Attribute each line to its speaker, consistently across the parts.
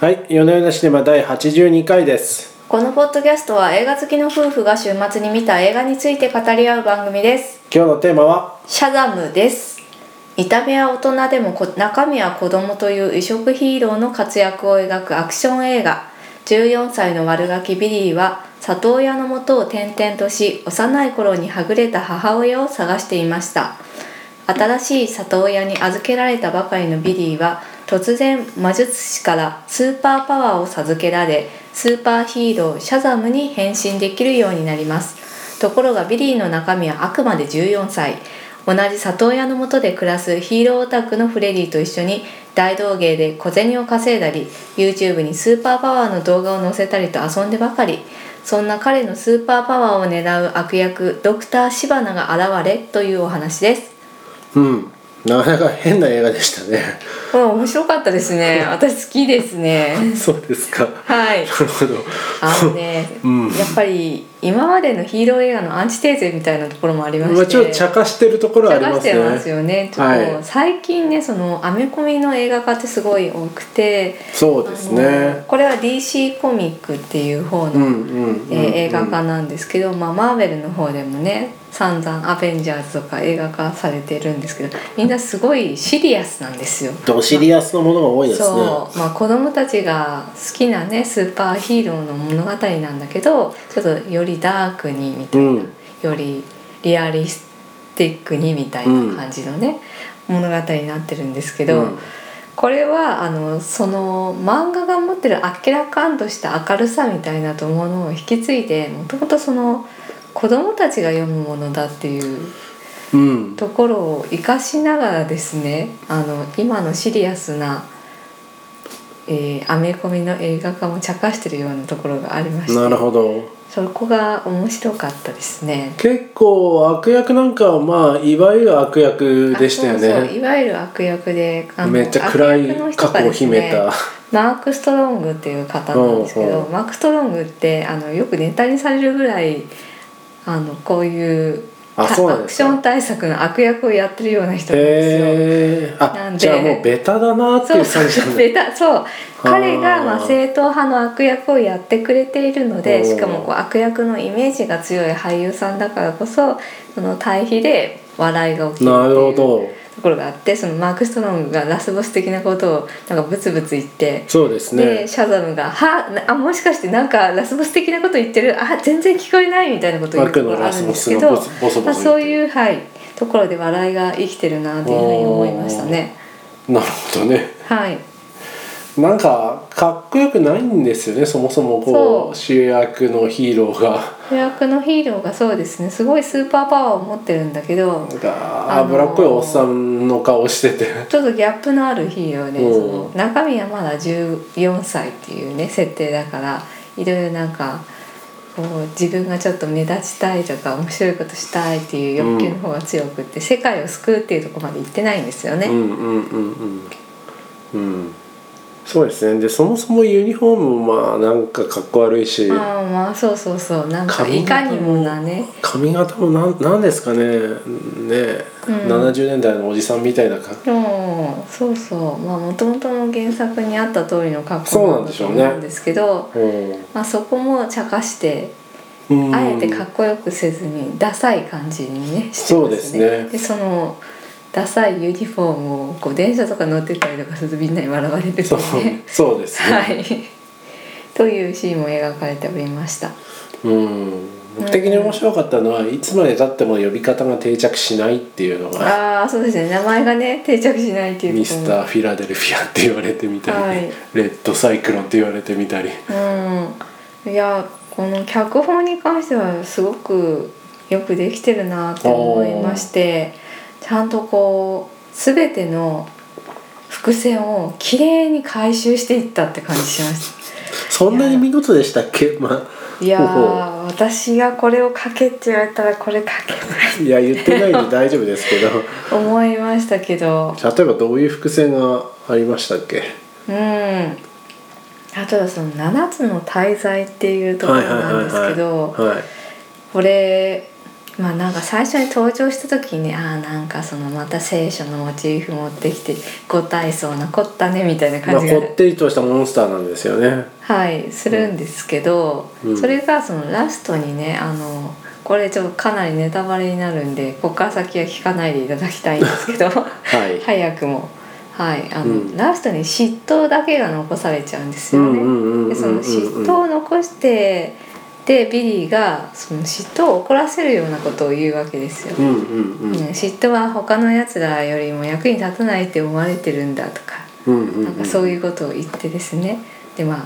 Speaker 1: はい、夜な夜なシネマ第82回です。
Speaker 2: このポッドキャストは映画好きの夫婦が週末に見た映画について語り合う番組です
Speaker 1: 今日のテーマは、
Speaker 2: シャザムです見た目は大人でもこ中身は子供という異色ヒーローの活躍を描くアクション映画14歳の悪ガキビリーは里親のもとを転々とし幼い頃にはぐれた母親を探していました新しい里親に預けられたばかりのビリーは突然魔術師からスーパーパワーを授けられスーパーヒーローシャザムに変身できるようになりますところがビリーの中身はあくまで14歳同じ里親の下で暮らすヒーローオタクのフレディと一緒に大道芸で小銭を稼いだり YouTube にスーパーパワーの動画を載せたりと遊んでばかりそんな彼のスーパーパワーを狙う悪役ドクターシバナが現れというお話です
Speaker 1: うん、なかなか変な映画でしたね。
Speaker 2: これ面白かったですね私好きですね
Speaker 1: そうですか。な
Speaker 2: はい
Speaker 1: るほど。
Speaker 2: あのね、
Speaker 1: うん
Speaker 2: やっぱり今までのヒーロー映画のアンチテーゼみたいなところもありまして、
Speaker 1: まあ、ちょっと茶化してるところはありま
Speaker 2: し
Speaker 1: すね。
Speaker 2: てますよねちょっと、
Speaker 1: はい
Speaker 2: 最近ねそのアメコミの映画化ってすごい多くて
Speaker 1: そうです
Speaker 2: あの
Speaker 1: ね。
Speaker 2: これは DC コミックっていう方の、
Speaker 1: うんうん、うん
Speaker 2: えー映画化なんですけど、まあ、マーベルの方でもね散々「アベンジャーズ」とか映画化されてるんですけどみんなすごいシリアスなんですよ。
Speaker 1: どシリアスのものが多いですね。
Speaker 2: そう、まあ、子供たちが好きなねスーパーヒーローの物語なんだけどちょっとよりダークにみたいな、
Speaker 1: うん
Speaker 2: よりリアリスティックにみたいな感じのね、物語になってるんですけど、
Speaker 1: うん
Speaker 2: これはあのその漫画が持ってる明らかんとした明るさみたいなものを引き継いでもともとその子供たちが読むものだっていう
Speaker 1: うん。
Speaker 2: ところを生かしながらですねあの今のシリアスな、えーアメコミの映画化も茶化してるようなところがありまして
Speaker 1: なるほど。
Speaker 2: そこが面白かったですね。
Speaker 1: 結構悪役なんかはまあいわゆる悪役でしたよね。
Speaker 2: あそうそういわゆる悪役であの
Speaker 1: めっちゃ暗い
Speaker 2: 悪役の人
Speaker 1: 過
Speaker 2: が
Speaker 1: 去を
Speaker 2: です
Speaker 1: 秘
Speaker 2: ね
Speaker 1: めた。
Speaker 2: マーク・ストロングっていう方なんですけど、
Speaker 1: うんうん
Speaker 2: マーク・ストロングってあのよくネタにされるぐらいあのこういう
Speaker 1: あ
Speaker 2: た
Speaker 1: そうなん
Speaker 2: ア
Speaker 1: で
Speaker 2: ク
Speaker 1: す
Speaker 2: シ
Speaker 1: か
Speaker 2: ョン対策の悪役をやってるような人なんですよ。
Speaker 1: へえ
Speaker 2: な
Speaker 1: あ
Speaker 2: んで
Speaker 1: じゃあもうベタだなって
Speaker 2: そ
Speaker 1: いうう感じなんだ
Speaker 2: ベ タそう彼がまあ正統派の悪役をやってくれているの
Speaker 1: お
Speaker 2: で
Speaker 1: ー
Speaker 2: しかもこう悪役のイメージが強い俳優さんだからこそその対比で笑いが起きる
Speaker 1: なる
Speaker 2: っ
Speaker 1: ほ
Speaker 2: ていう
Speaker 1: ど
Speaker 2: ところがあってそのマーク・ストロングがラスボス的なことをなんかブツブツ言って。
Speaker 1: そうです
Speaker 2: で
Speaker 1: ね
Speaker 2: シャザムが「はあもしかしてなんかラスボス的なこと言ってるあ全然聞こえない」みたいなことを言うと
Speaker 1: 悪
Speaker 2: こ
Speaker 1: の
Speaker 2: ろ
Speaker 1: ラ
Speaker 2: ある
Speaker 1: ス
Speaker 2: ん
Speaker 1: ボ
Speaker 2: です
Speaker 1: ス
Speaker 2: け
Speaker 1: が
Speaker 2: ど
Speaker 1: ボソボソボソ
Speaker 2: まあ、そういうう、はい、ところで笑いが生きてるなというふうに思いましたね。
Speaker 1: なるほどね
Speaker 2: はい、
Speaker 1: なんかかっこよくないんですよねそもそもこ
Speaker 2: そう
Speaker 1: う主役のヒーローが
Speaker 2: 主役のヒーローがそうですねすごいスーパーパワーを持ってるんだけど
Speaker 1: なんか脂っこいおっさんの顔してて
Speaker 2: ちょっとギャップのあるヒーローで
Speaker 1: うん
Speaker 2: その中身はまだ14歳っていうね設定だからいろいろなんかこう自分がちょっと目立ちたいとか面白いことしたいっていう欲求の方が強くって、世界を救うっていうところまで行ってないんですよね。
Speaker 1: うんうんうんうんうんそうですねでそもそもユニフォームもまあなんかかっこ悪いし
Speaker 2: ああまあそうそうそうなんか
Speaker 1: 髪
Speaker 2: い
Speaker 1: 型
Speaker 2: か
Speaker 1: も
Speaker 2: にもなね
Speaker 1: 髪型もなんなんですかねね、
Speaker 2: うん
Speaker 1: 70年代のおじさんみたいな感じ
Speaker 2: もうそうそうまあもともとの原作にあった通りの格
Speaker 1: そう
Speaker 2: 好
Speaker 1: な
Speaker 2: なんん
Speaker 1: で
Speaker 2: だ
Speaker 1: し
Speaker 2: と
Speaker 1: ょう
Speaker 2: 思
Speaker 1: ね
Speaker 2: うんですけど。まあ、そこも茶化して
Speaker 1: うん
Speaker 2: あえてかっこよくせずにダサい感じにねしてま
Speaker 1: そ
Speaker 2: すね
Speaker 1: うですね
Speaker 2: でそのダサいユニフォームをこう電車とか乗ってたりとかするとみんなに笑われるんで
Speaker 1: そう
Speaker 2: ね。
Speaker 1: そうですね、
Speaker 2: はいというシーンも描かれておりました
Speaker 1: うん僕的に面白かったのはいつまでたっても呼び方が定着しないっていうのが
Speaker 2: ああそうですね名前がね定着しないっていう
Speaker 1: ミ
Speaker 2: ところ
Speaker 1: スター・フィラデルフィアって言われてみたり、
Speaker 2: はい
Speaker 1: レッド・サイクロンって言われてみたり
Speaker 2: うんいやこの脚本に関してはすごくよくできてるなって思いましてちゃんとこう全ての伏線を綺麗に回収していったって感じしまし
Speaker 1: そんなに見事でしたっけまあ
Speaker 2: たいや
Speaker 1: ほ
Speaker 2: ー私がこれを書けって言われたらこれ書けない
Speaker 1: いや言ってないんで大丈夫ですけど
Speaker 2: 思いましたけど
Speaker 1: 例えばどういう伏線がありましたっけ
Speaker 2: うんあとはその「7つの大罪」っていうところなんですけ
Speaker 1: は
Speaker 2: ど、
Speaker 1: いはいはいはい
Speaker 2: これまあなんか最初に登場した時にねああなんかそのまた聖書のモチーフ持ってきてご体操なこったねみたいな
Speaker 1: まあ、
Speaker 2: 感じ
Speaker 1: こ
Speaker 2: が、
Speaker 1: ってりとしたモンスターなんですよね
Speaker 2: はいするんですけど、
Speaker 1: うん
Speaker 2: それがそのラストにねあのこれちょっとかなりネタバレになるんでここから先は聞かないでいただきたいんですけ ど
Speaker 1: はい、
Speaker 2: 早くも。はい、あの、
Speaker 1: うん
Speaker 2: ラストに嫉妬だけが残されちゃうんです
Speaker 1: う
Speaker 2: よね。
Speaker 1: んうんうんうんうん
Speaker 2: でその嫉妬を残してでビリーがその嫉妬を怒らせるようなことを言うわけですよ。
Speaker 1: うんうんうん
Speaker 2: ね嫉妬は他のやつらよりも役に立たないって思われてるんだとか
Speaker 1: うんうん
Speaker 2: なんかそういうことを言ってですねでまあ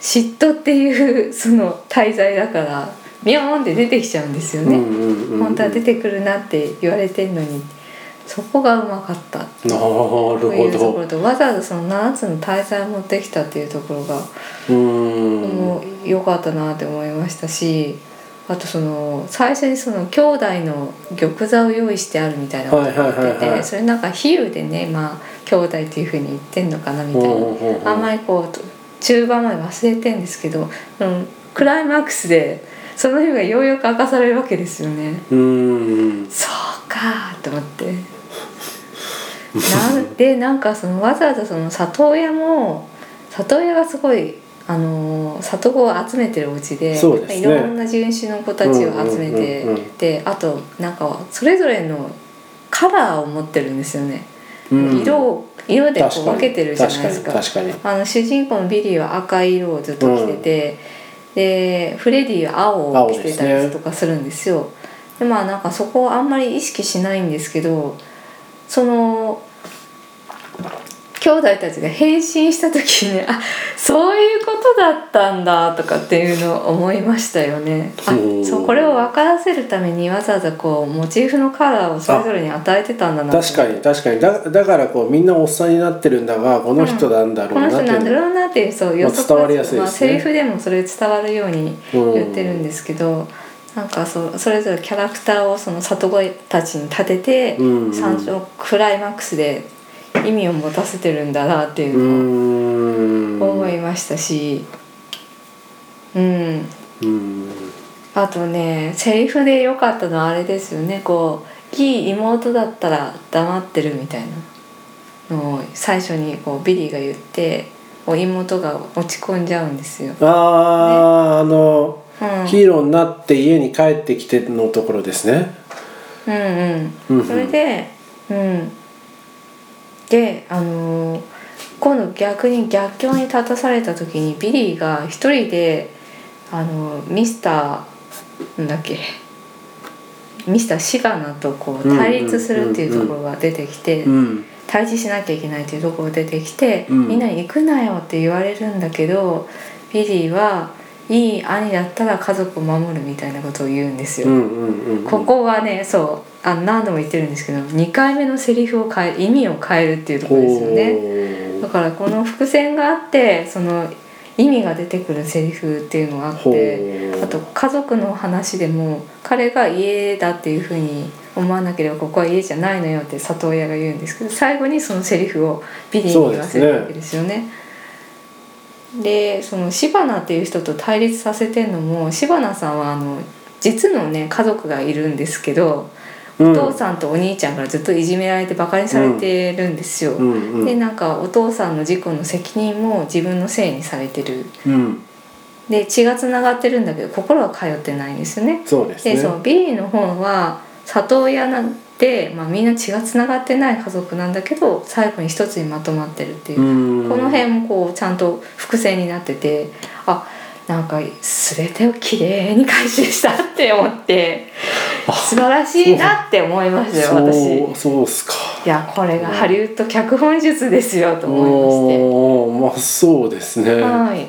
Speaker 2: 嫉妬っていうその滞在だからビヨーンって出てきちゃうんですよ
Speaker 1: うんう
Speaker 2: ね。
Speaker 1: んうんうん
Speaker 2: 本当は出てくるなって言われてんのにそこがうまかった
Speaker 1: なる
Speaker 2: とい
Speaker 1: ほ
Speaker 2: うところ
Speaker 1: ど
Speaker 2: とわざわざその7つの滞在を持ってきたっていうところが
Speaker 1: うーん
Speaker 2: もう良かったなって思いましたしあとその最初にその兄弟の玉座を用意してあるみたいなことがあってて、
Speaker 1: はいはいはいはい
Speaker 2: それなんか比喩でねまあ兄弟っていうふうに言ってんのかなみたいな、あんま
Speaker 1: 甘い
Speaker 2: りこう中盤まで忘れてんですけど、うん、クライマックスでその意味がようやく明かされるわけですよね。
Speaker 1: うーん
Speaker 2: そうかと思ってなんでなんかそのわざわざその里親も里親がすごいあのー里子を集めてるお家で
Speaker 1: そうですね
Speaker 2: いろんな人種の子たちを集めて、
Speaker 1: うんうんうんうん
Speaker 2: であとなんかそれぞれのカラーを持ってるんですよね、
Speaker 1: うん
Speaker 2: 色を色でこ
Speaker 1: 確
Speaker 2: う
Speaker 1: かに
Speaker 2: 分けてるじゃないですか
Speaker 1: 確かに確
Speaker 2: あの主人公のビリーは赤い色をずっと着てて、でフレディは青を着てたりとかするんですよ。でまあなんかそこをあんまり意識しないんですけどその兄弟たちが変身した時にあそういうことだったんだとかっていうのを思いましたよね。あ
Speaker 1: おー
Speaker 2: そうこれを分からせるためにわざわざこうモチーフのカラーをそれぞれに与えてたんだなと思っ
Speaker 1: かに
Speaker 2: て
Speaker 1: 確かに確かにだだからこうみんなおっさんになってるんだがこの人なんだろ
Speaker 2: こ
Speaker 1: う
Speaker 2: の
Speaker 1: なっ
Speaker 2: 人
Speaker 1: て
Speaker 2: なんだ
Speaker 1: いう
Speaker 2: ろうなっていうそう予測
Speaker 1: 伝わりやすいですね
Speaker 2: まあ、セリフでもそれ伝わるように
Speaker 1: うん
Speaker 2: 言ってるんですけど、なんかそそれぞれキャラクターをその里子たちに立てて、
Speaker 1: うんうん
Speaker 2: 山椒クライマックスで意味を持たせてるんだなっていう
Speaker 1: ー
Speaker 2: うの
Speaker 1: ん
Speaker 2: を思いましたし、うん、
Speaker 1: うん
Speaker 2: あとねセリフで良かったのはあれですよねこういい妹だったら黙ってるみたいなのを最初にこうビリーが言ってお妹が落ち込んじゃうんですよ。
Speaker 1: あああの
Speaker 2: うん、うん
Speaker 1: ヒーローになって家に帰ってきてのところですね
Speaker 2: う
Speaker 1: うんんうん
Speaker 2: それで、うん、であのー今度逆に逆境に立たされた時にビリーが一人であのーミスターなんだっけミスターシガナとこ
Speaker 1: う
Speaker 2: う
Speaker 1: んうん
Speaker 2: 対立するっていうところが出てきて
Speaker 1: うん
Speaker 2: 対峙しなきゃいけないっていうところが出てきて、
Speaker 1: うん
Speaker 2: みんなに行くなよって言われるんだけどビリーはいい兄だったら家族を守るみたいなことを言うんですよ。
Speaker 1: うんうんうんうん
Speaker 2: ここはねそうあ何度も言ってるんですけど2回目のセリフを変え意味を変えるっていうところですよねだからこの伏線があってその意味が出てくるセリフっていうのがあっ
Speaker 1: ほう
Speaker 2: てあと家族の話でも彼が家だっていうふうに思わなければここは家じゃないのよって里親が言うんですけど最後にそのセリフをビリーに言わせるわけですよね。でその柴名っていう人と対立させてんのも柴名さんはあの実のね家族がいるんですけ
Speaker 1: う
Speaker 2: ど、
Speaker 1: ん
Speaker 2: お父さんとお兄ちゃんからずっといじめられてバカにされてるんですよ。
Speaker 1: うんうん
Speaker 2: でなんかお父さんの事故の責任も自分のせいにされてる
Speaker 1: うん
Speaker 2: で血がつながってるんだけど心は通ってないんですよね。
Speaker 1: そうです
Speaker 2: で
Speaker 1: ね
Speaker 2: そのビリーの方は里親なんで、まあ、みんな血がつながってない家族なんだけど最後に一つにまとまってるっていう
Speaker 1: う、ん
Speaker 2: この辺もこうちゃんと伏線になっててあなんか全てを綺麗に回収したって思って素晴らしいなって思いましたよ私
Speaker 1: そう
Speaker 2: い
Speaker 1: そうっすか
Speaker 2: やこれがハリウッド脚本術ですよと思い
Speaker 1: おおーまあそうですね
Speaker 2: ましてはい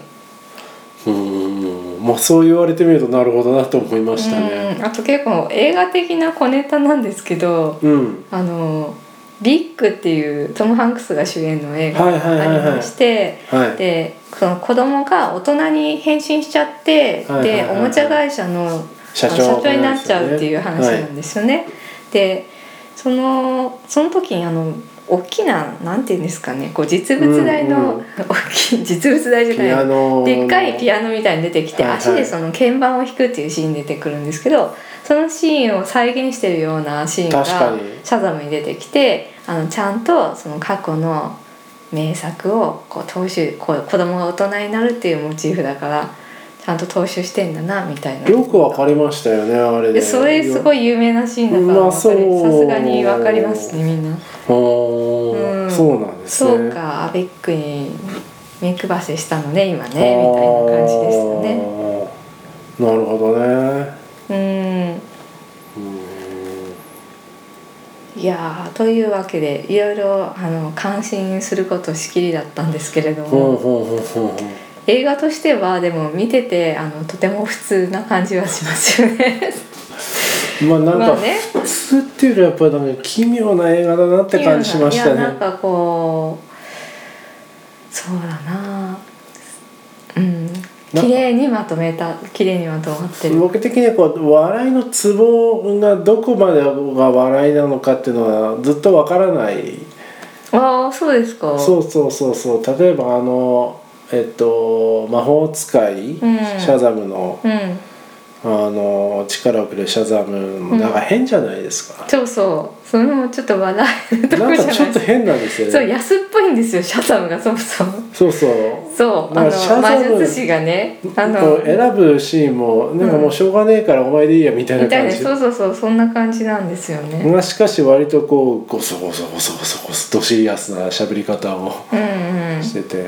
Speaker 1: うんまあそう言われてみるとなるほどなと思いましたね
Speaker 2: うんあと結構映画的な小ネタなんですけど
Speaker 1: うん
Speaker 2: あのビッグっていうトム・ハンクスが主演の映画
Speaker 1: はいはいはいはい
Speaker 2: がありまして
Speaker 1: はい
Speaker 2: でその子供が大人に変身しちゃって、
Speaker 1: はいはいはいはい
Speaker 2: でおもちゃ会社の
Speaker 1: 社長
Speaker 2: あのになっちゃうっていう話なんですよね。でそのその時にあの大きななんていうんですかねこう実物大
Speaker 1: う
Speaker 2: の、
Speaker 1: んうん
Speaker 2: 大きい実物大じ
Speaker 1: ピ
Speaker 2: ゃな
Speaker 1: ア
Speaker 2: い
Speaker 1: ノ
Speaker 2: でっかいピ
Speaker 1: ア
Speaker 2: アノみたいに出てきて、
Speaker 1: はいはい
Speaker 2: 足でその鍵盤を弾くっていうシーンに出てくるんですけどそのシーンを再現してるようなシーンが
Speaker 1: 確かに
Speaker 2: シャザムに出てきてあのちゃんとその過去の名作をこう踏襲こう子供が大人になるっていうモチーフだからちゃんと踏襲してんだなみたいな
Speaker 1: よくわかりましたよねあれ
Speaker 2: で
Speaker 1: で
Speaker 2: それすご
Speaker 1: い
Speaker 2: い有名なシーン
Speaker 1: ま
Speaker 2: だから
Speaker 1: あ
Speaker 2: わか
Speaker 1: そう
Speaker 2: るさすがにわかりますねみん
Speaker 1: あ、
Speaker 2: なう
Speaker 1: あ、
Speaker 2: ん
Speaker 1: そうなんですね
Speaker 2: そうかアベックに目配せしたのね今ねみたいな感じでしたね
Speaker 1: あーなるほどね
Speaker 2: うん
Speaker 1: うん
Speaker 2: いやーというわけでいろいろあの感心することしきりだったんですけれども、
Speaker 1: ほうほうほうほうほう
Speaker 2: 映画としてはでも見ててあのとても普通な感じはしますよね。
Speaker 1: まあなん
Speaker 2: ま
Speaker 1: か
Speaker 2: あね
Speaker 1: 普通っていうよりはやっぱりなんか奇妙な映画だなって感じしました
Speaker 2: いやなん
Speaker 1: ね。
Speaker 2: かこうそうだなうん
Speaker 1: なんか
Speaker 2: 綺麗にまとめた綺麗にまとまってる。
Speaker 1: 僕的にはこう笑いのツボがどこまでが笑いなのかっていうのはずっとわからない。
Speaker 2: ああそうですか。
Speaker 1: そうそうそうそう例えばあのえっと魔法使い、
Speaker 2: うん
Speaker 1: シャザムの
Speaker 2: うん
Speaker 1: あの力をくれるシャザムもなんか変じゃないですか。
Speaker 2: そうそうそれもちょっと笑えるとこ
Speaker 1: なん
Speaker 2: じゃ
Speaker 1: か
Speaker 2: ない
Speaker 1: ちょっと変なんですよ
Speaker 2: そう
Speaker 1: ね。
Speaker 2: 安っぽいんですよシャザムがそもそも。
Speaker 1: そうそう。
Speaker 2: そうあ
Speaker 1: なん
Speaker 2: の
Speaker 1: かシャザム
Speaker 2: 魔術師がねあの
Speaker 1: こう選ぶシーンもなんかもうしょうがねえからお前でいいやみたいな
Speaker 2: みたい
Speaker 1: 感
Speaker 2: な
Speaker 1: じで
Speaker 2: そうそうそうそんな感じなんですよ ね。
Speaker 1: がしかし割とこうゴソゴソゴソゴソゴソどしりやすな喋り方を
Speaker 2: うんうん
Speaker 1: してて、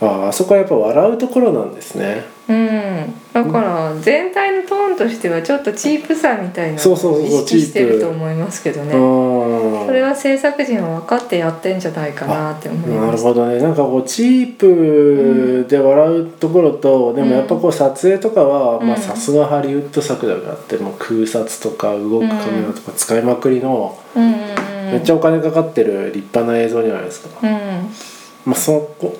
Speaker 1: あああそこはやっぱ笑うところなんですね、
Speaker 2: うん、だから全体のトーンとしてはちょっとチープさみたいなの
Speaker 1: そうそう
Speaker 2: を
Speaker 1: そう
Speaker 2: 意
Speaker 1: そう
Speaker 2: 識して
Speaker 1: チー
Speaker 2: る
Speaker 1: プ
Speaker 2: と思いますけど
Speaker 1: う
Speaker 2: ね
Speaker 1: ーん
Speaker 2: それは制作陣は分かってやってんじゃないかなって思い
Speaker 1: な
Speaker 2: ま
Speaker 1: る
Speaker 2: した
Speaker 1: ほどねなんかこうチープで笑うところと、でもやっぱこう撮影とかは
Speaker 2: うん
Speaker 1: まあさすがハリウッド作だからってもう空撮とか動くカメラとか使いまくりの、
Speaker 2: うんうんうん
Speaker 1: めっちゃお金かかってる立派な映像じゃないですか、
Speaker 2: うん
Speaker 1: まあ、そこ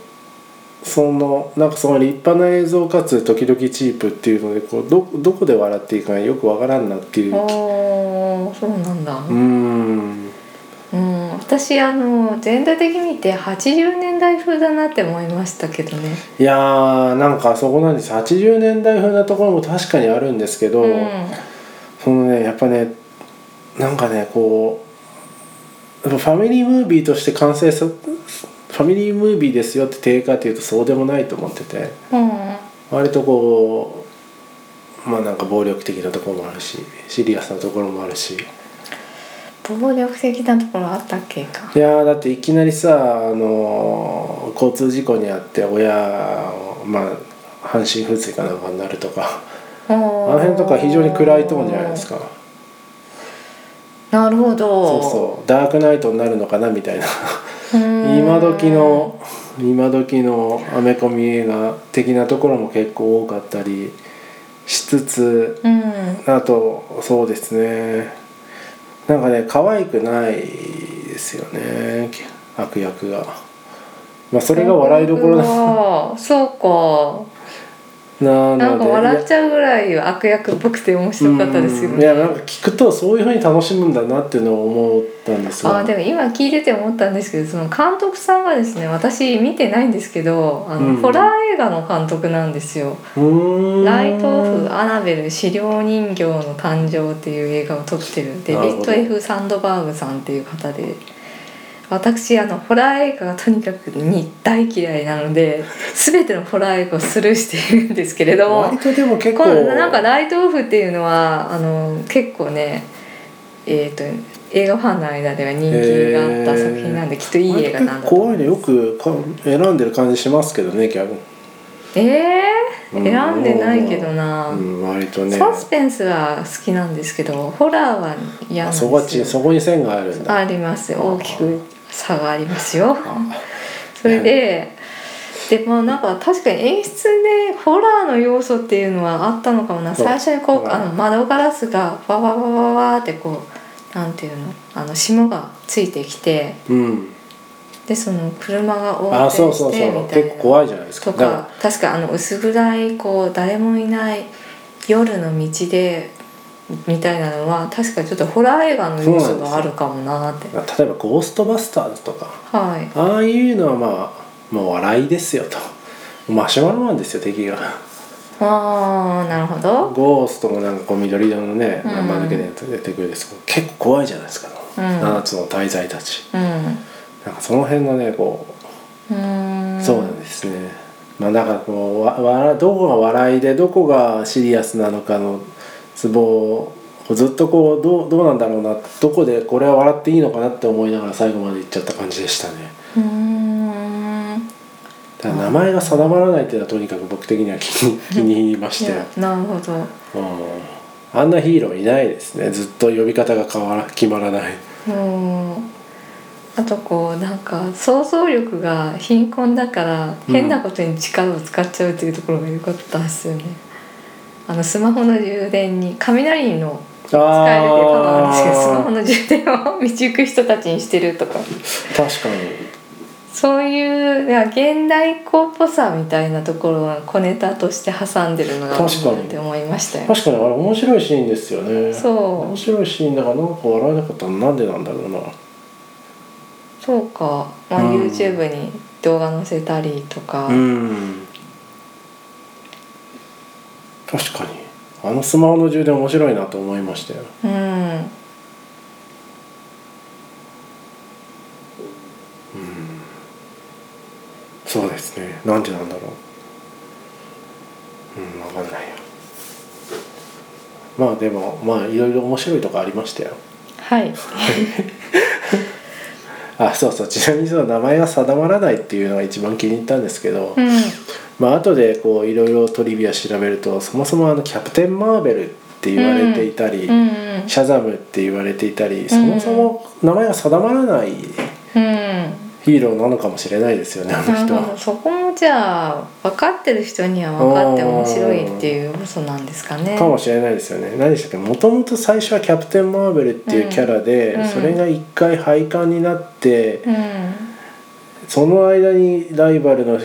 Speaker 1: そのなんかその立派な映像かつ時々チープっていうのでこうどどこで笑っていいかよくわからんなっていうう
Speaker 2: おーそうなんだ、
Speaker 1: ーん
Speaker 2: うん、私あの全体的に見て80年代風だなって思いましたけどね
Speaker 1: いやーなんかそこなんです80年代風なところも確かにあるんですけど、
Speaker 2: うん
Speaker 1: そのねやっぱねなんかねこうやっぱファミリームービーとして完成さファミリームービーですよって定価っていうとそうでもないと思ってて
Speaker 2: うん
Speaker 1: 割とこうまあなんか暴力的なところもあるしシリアスなところもあるし
Speaker 2: 暴力的なところあったっけか
Speaker 1: いやーだっていきなりさあのー交通事故に遭って親をまあ半身不随かなんかになるとか
Speaker 2: あ
Speaker 1: あ
Speaker 2: の
Speaker 1: の辺とか非常に暗いところじゃないですか
Speaker 2: なるほど
Speaker 1: そうそうダークナイトになるのかなみたいな
Speaker 2: うーん
Speaker 1: 今時の今時のアメコミ映画的なところも結構多かったりしつつ
Speaker 2: うん
Speaker 1: あとそうですねなんかね可愛くないですよね悪役がまあそれが笑いどころな
Speaker 2: なそう
Speaker 1: な
Speaker 2: かなん
Speaker 1: の
Speaker 2: か
Speaker 1: で
Speaker 2: 笑っちゃうぐらい悪役っぽくて面白かったですよ
Speaker 1: うんい
Speaker 2: ね
Speaker 1: やなんか聞くとそういうふうに楽しむんだなっていうのを思ったんですが
Speaker 2: あでも今聞いてて思ったんですけどその監督さんがですね私見てないんですけどあの、
Speaker 1: うん
Speaker 2: ホラー映画の監督なんですよ
Speaker 1: うーん
Speaker 2: 「ライト・オフ・アナベル資料人形の誕生」っていう映画を撮ってるデビ
Speaker 1: なるほ
Speaker 2: ッ
Speaker 1: ど
Speaker 2: ド・ F ・サンドバーグさんっていう方で私あのホラー映画がとにかくに大嫌いな ので全てのホラー映画をスルーしているんですけれども
Speaker 1: 割とでも結構
Speaker 2: このなんかライトオフっていうのはあの結構ねえっ、と映画ファンの間では人気があった作品なんで、きっといい映画なんだと
Speaker 1: 怖いのよくか選んでる感じしますけどねギャグ
Speaker 2: え
Speaker 1: う
Speaker 2: ー、
Speaker 1: ん
Speaker 2: 選んでないけどな、
Speaker 1: うん割とね
Speaker 2: サスペンスは好きなんですけどホラーは嫌な
Speaker 1: あ
Speaker 2: ん
Speaker 1: そこは
Speaker 2: で
Speaker 1: ち
Speaker 2: すよ
Speaker 1: そこに線があるんだ
Speaker 2: あります大きく差がありますよそれででもなんか確かに演出でホラーの要素っていうのはあったのかもな
Speaker 1: そう
Speaker 2: 最初にこ
Speaker 1: そううだ
Speaker 2: あ
Speaker 1: ね
Speaker 2: の窓ガラスがわわわわわってこうなんていうのあの霜がついてきて
Speaker 1: うん
Speaker 2: でその車が横
Speaker 1: あ
Speaker 2: 転
Speaker 1: そうそう
Speaker 2: し
Speaker 1: そ
Speaker 2: てみ
Speaker 1: う
Speaker 2: たい
Speaker 1: 結構
Speaker 2: な
Speaker 1: 怖いじゃないですか
Speaker 2: とか確かあの薄暗いこう誰もいない夜の道でみたいなのは確かちょっとホラー映画の要素があるかもなって
Speaker 1: だから例えば「ゴーストバスターズ」とか
Speaker 2: はい
Speaker 1: ああ いうのはまあもう笑いですよとマシュマロマンですよ敵が
Speaker 2: ああなるほど
Speaker 1: ゴーストもなんかこう緑色のね
Speaker 2: うん
Speaker 1: 生抜けのやつ出てくるんですけど、結構怖いじゃないですか、
Speaker 2: うん
Speaker 1: 7つの大罪たち
Speaker 2: うん
Speaker 1: なんかその辺のねこ
Speaker 2: うー
Speaker 1: うんそうなんですね、まあだからこうわわどこが笑いでどこがシリアスなのかのツボをずっとこうどうどうなんだろうなどこでこれは笑っていいのかなって思いながら最後までいっちゃった感じでしたね
Speaker 2: うーん
Speaker 1: ただ名前が定まらないっていうのはとにかく僕的には気に気に入りま
Speaker 2: い
Speaker 1: したよ
Speaker 2: や、なるほど
Speaker 1: うん、あんなヒーローいないですねずっと呼び方が変わら決まらない
Speaker 2: うんあとこうなんか想像力が貧困だから
Speaker 1: うん
Speaker 2: 変なことに力を使っちゃうっていうところが良かったですよね、あのスマホの充電に雷の
Speaker 1: 使
Speaker 2: 使えるっていうパワーあるんですけどスマホの充電を道行く人たちにしてるとか
Speaker 1: 確かに
Speaker 2: そういうなんか現代校っぽさみたいなところは小ネタとして挟んでるのが面白いなって思いましたよね
Speaker 1: 確かにあれ面白いシーンですよね
Speaker 2: そう
Speaker 1: 面白いシーンだからなんか笑えなかったのなんでなんだろうな
Speaker 2: そうか、まあ、
Speaker 1: うん
Speaker 2: YouTube に動画載せたりとか、
Speaker 1: うん確かにあのスマホの充電面白いなと思いましたよ
Speaker 2: うん
Speaker 1: そうですねなんでなんだろううん分かんないよまあでもまあいろいろ面白いとこありましたよ
Speaker 2: はい
Speaker 1: あそうそうちなみにその名前が定まらないっていうのが一番気に入ったんですけど、
Speaker 2: うん
Speaker 1: まあ後でこういろいろトリビア調べるとそもそもあのキャプテン・マーベルって言われていたり、
Speaker 2: うん
Speaker 1: シャザムって言われていたりそもそも名前が定まらない
Speaker 2: うん
Speaker 1: ヒーローなのかもしれないですよねあの
Speaker 2: なる
Speaker 1: 人
Speaker 2: ほど
Speaker 1: は。
Speaker 2: そこもじゃあ分かってる人には分かって面白いっていう要素なんですかね
Speaker 1: かもしれないですよね何でしたっけもともと最初はキャプテン・マーベルっていうキャラで、
Speaker 2: うんうん
Speaker 1: それが一回廃刊になって、
Speaker 2: うん
Speaker 1: その間にライバルの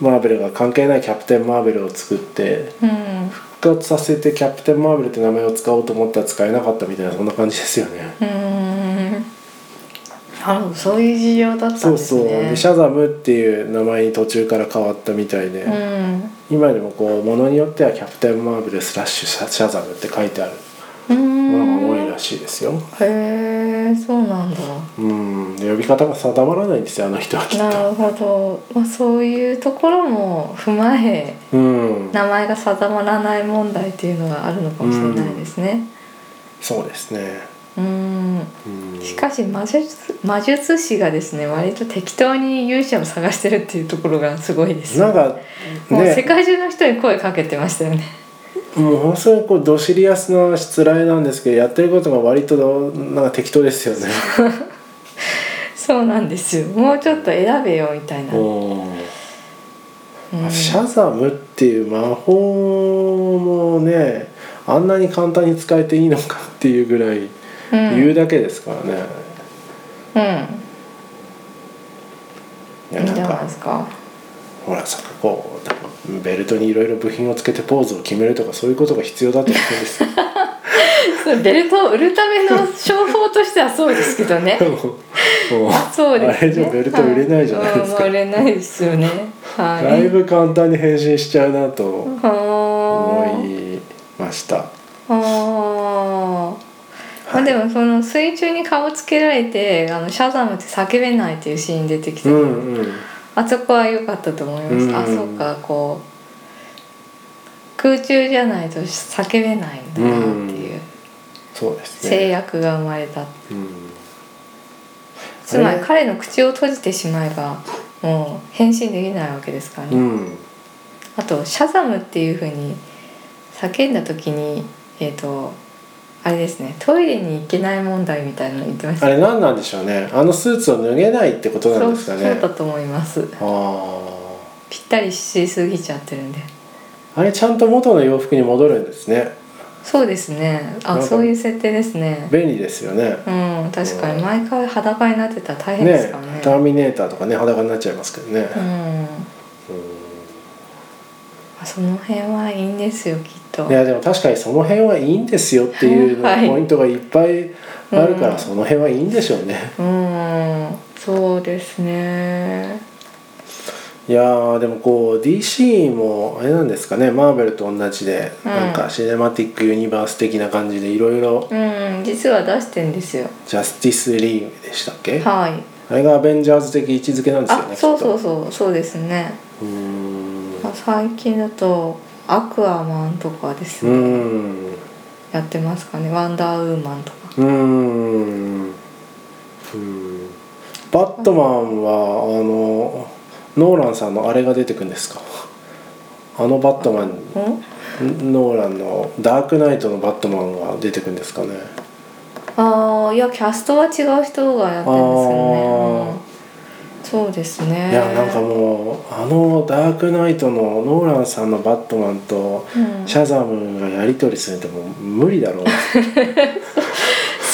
Speaker 1: マーベルが関係ないキャプテン・マーベルを作って
Speaker 2: うん
Speaker 1: 復活させてキャプテン・マーベルって名前を使おうと思ったら使えなかったみたいなそんな感じですよね。
Speaker 2: うんなるほどそういう事情だったん
Speaker 1: そう
Speaker 2: です
Speaker 1: そう
Speaker 2: ね
Speaker 1: でシャザムっていう名前に途中から変わったみたいで、
Speaker 2: うん
Speaker 1: 今でもこうものによってはキャプテン・マーベルスラッシュシャシャザムって書いてある
Speaker 2: う
Speaker 1: ものが
Speaker 2: ん
Speaker 1: 多いらしいですよ。
Speaker 2: へえそうなんだ
Speaker 1: うん、で呼び方が定まらないんですよあの人はきっ
Speaker 2: な
Speaker 1: と。
Speaker 2: るほど、まあ、そういうところも踏まえ
Speaker 1: うん、
Speaker 2: 名前が定まらない問題っていうのがあるのかもしれないですね
Speaker 1: そうですね。
Speaker 2: うん
Speaker 1: うん、
Speaker 2: しかし魔術魔術師がですね割と適当に勇者を探してるっていうところがすごいです
Speaker 1: なんか
Speaker 2: もう世
Speaker 1: ね、
Speaker 2: 界中の人に声かけてましたよね
Speaker 1: ものすごいこうドシリアスなしつらえなんですけど、やってることが割とどなんか適当ですよね。
Speaker 2: そうなんですよもうちょっと選べよみたいな、うん、
Speaker 1: うんシャザムっていう魔法もね、あんなに簡単に使えていいのかっていうぐらい言うだけですからね。
Speaker 2: うん
Speaker 1: い
Speaker 2: い
Speaker 1: や
Speaker 2: いん
Speaker 1: なん
Speaker 2: じゃない
Speaker 1: か
Speaker 2: ですか
Speaker 1: ほらさこうベルトにいろいろ部品をつけてポーズを決めるとかそういうことが必要だと思うん ですよ。
Speaker 2: そうベルトを売るための商法としてはそうですけどね
Speaker 1: もう
Speaker 2: そうです ね
Speaker 1: あれじゃベルト売れないじゃないですか、
Speaker 2: はうんまあ売れないですよねはい
Speaker 1: だいぶ簡単に変身しちゃうなと
Speaker 2: は
Speaker 1: 思いました
Speaker 2: あー、まあ、でもその水中に顔つけられて「あのシャザム」って叫べないっていうシーン出てきて、
Speaker 1: うんうん
Speaker 2: あそこは良かったと思います、
Speaker 1: うん
Speaker 2: あそうかこう空中じゃないと叫べないんだなっていう
Speaker 1: そうです
Speaker 2: 制
Speaker 1: ね、
Speaker 2: 約が生まれた、
Speaker 1: うん、
Speaker 2: つま
Speaker 1: あ
Speaker 2: り
Speaker 1: れ
Speaker 2: 彼の口を閉じてしまえばもう変身できないわけですからね、
Speaker 1: うん
Speaker 2: あと「シャザム」っていうふうに叫んだ時にえっ、とあれですねトイレに行けない問題みたいなの言ってまし
Speaker 1: あ
Speaker 2: た
Speaker 1: れ何なんでしょうねあのスーツを脱げないってことなんですか
Speaker 2: そう
Speaker 1: ね
Speaker 2: そうだと思います
Speaker 1: あ
Speaker 2: ぴったりしすぎちゃってるんで
Speaker 1: ああれちゃんと元の洋服に戻るんですね
Speaker 2: そうですね
Speaker 1: な
Speaker 2: あ
Speaker 1: んか
Speaker 2: そういう設定ですね
Speaker 1: 便利ですよね
Speaker 2: うん確かに毎回裸になってたら大変です
Speaker 1: ね
Speaker 2: からね
Speaker 1: ターミネーターとかね裸になっちゃいますけどね、
Speaker 2: うんあその辺はいいんですよきっと
Speaker 1: いやでも確かにその辺はいいんですよっていう
Speaker 2: はい
Speaker 1: ポイントがいっぱいあるか
Speaker 2: うん
Speaker 1: らその辺はいいんでしょうね。
Speaker 2: うんそうですね
Speaker 1: いやーでもこう DC もあれなんですかねマーベルと同じで、
Speaker 2: うん
Speaker 1: なんかシネマティックユニバース的な感じでいろいろ
Speaker 2: うん実は出してんですよ
Speaker 1: ジャスティスリーグでしたっけ、
Speaker 2: はい
Speaker 1: あれがアベンジャーズ的位置づけなんですよね
Speaker 2: あそうそう
Speaker 1: きっ
Speaker 2: そうそうですね、
Speaker 1: とうーん
Speaker 2: まあ、最近だとアクアマンとかです
Speaker 1: うー
Speaker 2: ね、
Speaker 1: んう
Speaker 2: やってますかねワンダーウーマンとか
Speaker 1: ーんうーんバットマンはあのノーランさんのあれが出てくるんですかあのバットマン
Speaker 2: ん
Speaker 1: ノーランの「ダークナイト」のバットマンが出てくるんですかね
Speaker 2: ああいやキャストは違う人がやってるんですけど
Speaker 1: あー
Speaker 2: ね、うんそうですね
Speaker 1: いやなんかもうあの「ダークナイト」のノーランさんのバットマンと
Speaker 2: うん
Speaker 1: シャザムがやり取りするってもう無理だ ろう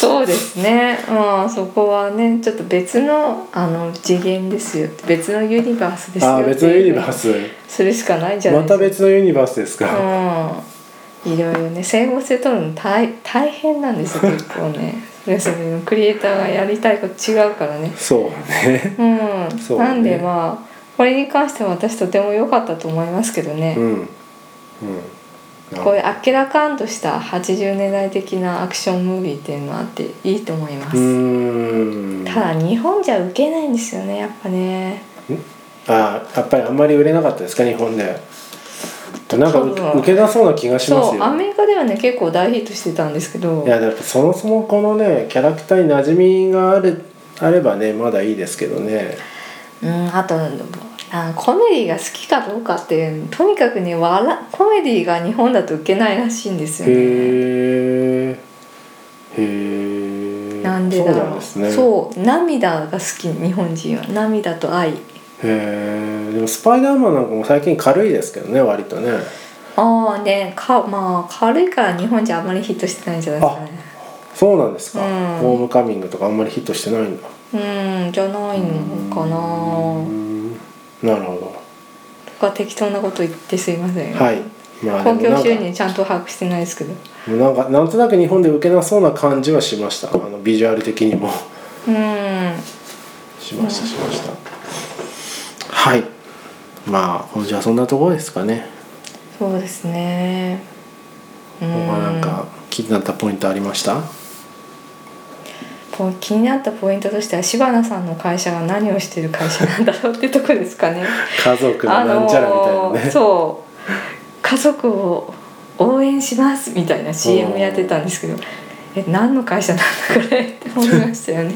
Speaker 2: そうですねまあそこはねちょっと別のあの次元ですよ別のユニバースですよ
Speaker 1: あー別のユニバース
Speaker 2: するしかないんじゃない
Speaker 1: また
Speaker 2: で
Speaker 1: 別
Speaker 2: す
Speaker 1: のユニバースですか、
Speaker 2: かうんいろいろね整合性取るの大大変なんです よ結構ねそれぞれのクリエイターがやりたいこと違うからね
Speaker 1: そうね
Speaker 2: うん
Speaker 1: そうね
Speaker 2: なんでまあこれに関しては私とても良かったと思いますけどね、
Speaker 1: うんうん
Speaker 2: こういう明らかんとした80年代的なアクションムービーっていうのはあっていいと思います、
Speaker 1: うーん
Speaker 2: ただ日本じゃ受けないんですよねやっぱね
Speaker 1: あーやっぱりあんまり売れなかったですか日本でなんか
Speaker 2: 多分
Speaker 1: 受けなそうな気がします
Speaker 2: そ
Speaker 1: よ
Speaker 2: うアメリカではね結構大ヒットしてたんですけど
Speaker 1: いややっぱそもそもこのねキャラクターに馴染みがあるあればねまだいいですけどね
Speaker 2: うんあとあコメディが好きかどうかっていうとにかくね笑コメディが日本だと受けないらしいんですよね
Speaker 1: へえへえ
Speaker 2: なんでだ
Speaker 1: そう
Speaker 2: ろ
Speaker 1: なんで
Speaker 2: う
Speaker 1: すねう
Speaker 2: そう涙が好き日本人は涙と愛
Speaker 1: へえでもスパイダーマンなんかも最近軽いですけどね割とね
Speaker 2: ああねかまあ軽いから日本じゃあまりヒットしてないんじゃないですかね
Speaker 1: そうなんですか、
Speaker 2: うん
Speaker 1: ホームカミングとかあんまりヒットしてないんだ
Speaker 2: うんじゃないのか
Speaker 1: う
Speaker 2: な
Speaker 1: ーんなるほ
Speaker 2: とか適当なこと言ってすいません
Speaker 1: どはいまあで
Speaker 2: 公
Speaker 1: も
Speaker 2: 共
Speaker 1: なんか
Speaker 2: 収入ちゃんと把握してないですけど
Speaker 1: なんかなんとなく日本で受けなそうな感じはしましたあのビジュアル的にも
Speaker 2: うん
Speaker 1: しましたしました、はいまあ今週はそんなところですかね
Speaker 2: そうですねう
Speaker 1: 他なん
Speaker 2: ん
Speaker 1: か気になったポイントありました
Speaker 2: こう気になったポイントとしては柴名さんの会社が何をしてる会社なんだろうってとこですかね
Speaker 1: 家族のなんちゃらみたいなね、
Speaker 2: あのーそう家族を応援しますみたいな CM やってたんですけどえ何の会社なんだこれって思いました よね、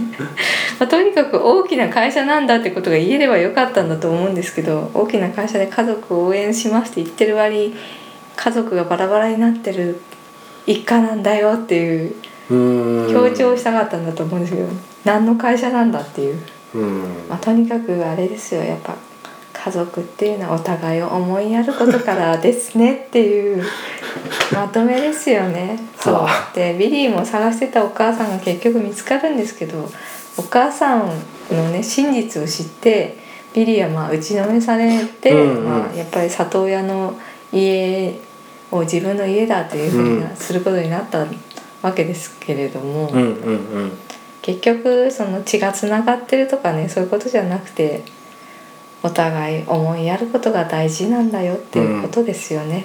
Speaker 2: まあ、とにかく大きな会社なんだってことが言えればよかったんだと思うんですけど大きな会社で家族を応援しますって言ってる割家族がバラバラになってる一家なんだよっていう
Speaker 1: うーん
Speaker 2: 強調したかったんだと思うんですけど、何の会社なんだっていう、
Speaker 1: うん
Speaker 2: まあ、とにかくあれですよやっぱ家族っていうのはお互いを思いやることからですねっていう まとめですよね。そう
Speaker 1: はあ
Speaker 2: でビリーも探してたお母さんが結局見つかるんですけどお母さんのね真実を知ってビリーはまあ打ちのめされて、
Speaker 1: うんうん
Speaker 2: まあ、やっぱり里親の家を自分の家だというふうにな
Speaker 1: うん
Speaker 2: することになったわけですけれども。
Speaker 1: うんうんうん
Speaker 2: 結局その血がつながってるとかねそういうことじゃなくてお互い思いやることが大事なんだよっていうことですよね。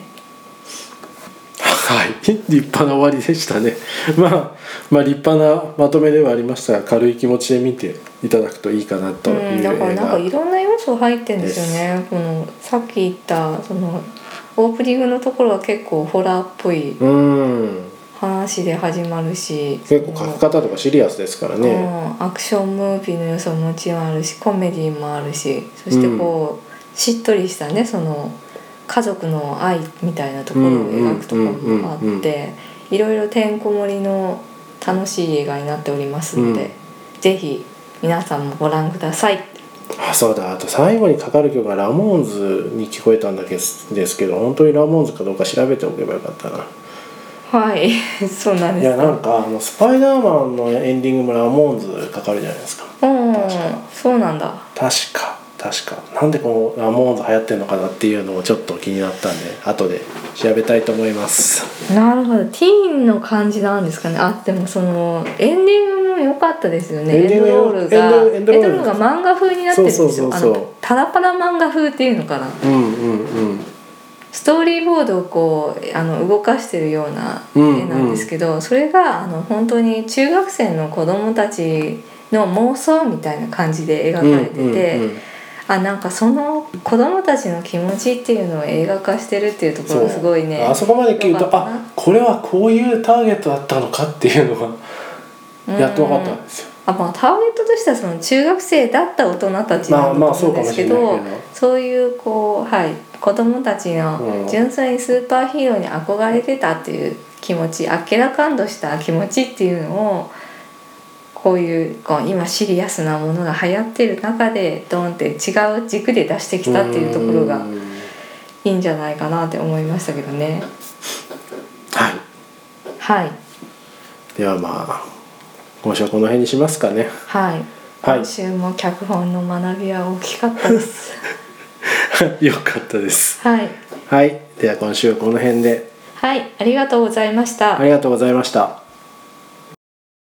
Speaker 1: はい 立派な終わりでしたね、 まあ、まあ立派なまとめではありましたが軽い気持ちで見ていただくといいかなと
Speaker 2: う
Speaker 1: い
Speaker 2: ん、
Speaker 1: う映
Speaker 2: だからなんか
Speaker 1: 画
Speaker 2: いろんな要素入ってんですよね。このさっき言ったそのオープニングのところは結構ホラーっぽい
Speaker 1: うん
Speaker 2: 話で始まるし、
Speaker 1: 結構書き方とかシリアスですから
Speaker 2: う
Speaker 1: ね
Speaker 2: ん、アクションムービーの要素ももちろんあるしコメディもあるしそしてこう、しっとりしたねその家族の愛みたいなところを描くところもあって、
Speaker 1: うんうんうん
Speaker 2: いろいろてんこ盛りの楽しい映画になっておりますので、ぜひ皆さんもご覧ください。
Speaker 1: あそうだあと最後にかかる曲がラモーンズに聞こえたんだけすですけど本当にラモーンズかどうか調べておけばよかったな
Speaker 2: はい そうなん
Speaker 1: い
Speaker 2: です
Speaker 1: や
Speaker 2: か
Speaker 1: なんかあのスパイダーマンのエンディングもラモーンズかかるじゃないですか
Speaker 2: うん
Speaker 1: 確か
Speaker 2: そうなんだ
Speaker 1: 確か確かなんでこのラモーンズ流行ってるのかなっていうのをちょっと気になったんで後で調べたいと思います
Speaker 2: なるほどティーンの感じなんですかねあでもそのエンディングもも良かったですよ
Speaker 1: エ
Speaker 2: ね
Speaker 1: ンデ
Speaker 2: エ
Speaker 1: ィ
Speaker 2: ン
Speaker 1: ン
Speaker 2: ド
Speaker 1: グ
Speaker 2: ロールが
Speaker 1: エンドエンドロール
Speaker 2: が漫画風になってるんですよ
Speaker 1: そうそうそうそう
Speaker 2: あのパラパラ漫画風っていうのかな
Speaker 1: うんうんうん
Speaker 2: ストーリーボードをこうあの動かしてるような絵なんですけど、それがあの本当に中学生の子供たちの妄想みたいな感じで描かれてて、
Speaker 1: うんうんうん
Speaker 2: あなんかその子供たちの気持ちっていうのを映画化してるっていうところがすごいね
Speaker 1: あそこまで聞く
Speaker 2: よ
Speaker 1: と
Speaker 2: かったな
Speaker 1: あこれはこういうターゲットだったのかっていうのがやっと分かったんですよ
Speaker 2: あまあ、ターゲットとしてはその中学生だった大人たち
Speaker 1: まあ
Speaker 2: なん
Speaker 1: ま
Speaker 2: だ
Speaker 1: あ
Speaker 2: と
Speaker 1: そう
Speaker 2: 思うん
Speaker 1: かも
Speaker 2: です
Speaker 1: しれ
Speaker 2: け
Speaker 1: ないけ
Speaker 2: ど
Speaker 1: ど
Speaker 2: そういうこう、はい、子供たち
Speaker 1: うん
Speaker 2: の純粋にスーパーヒーローに憧れてたっていう気持ちあっけらかんとした気持ちっていうのをこういうこう今シリアスなものが流行ってる中でドンって違う軸で出してきたっていうところが
Speaker 1: うん
Speaker 2: いいんじゃないかなって思いましたけどね。
Speaker 1: はい
Speaker 2: はい、
Speaker 1: ではまあ今週はこの辺にしますかね
Speaker 2: はい
Speaker 1: はい
Speaker 2: 今週も脚本の学びは大きかったです。
Speaker 1: よかったです
Speaker 2: はい
Speaker 1: はいでは今週はこの辺で
Speaker 2: はい、ありがとうございました。
Speaker 1: ありがとうございました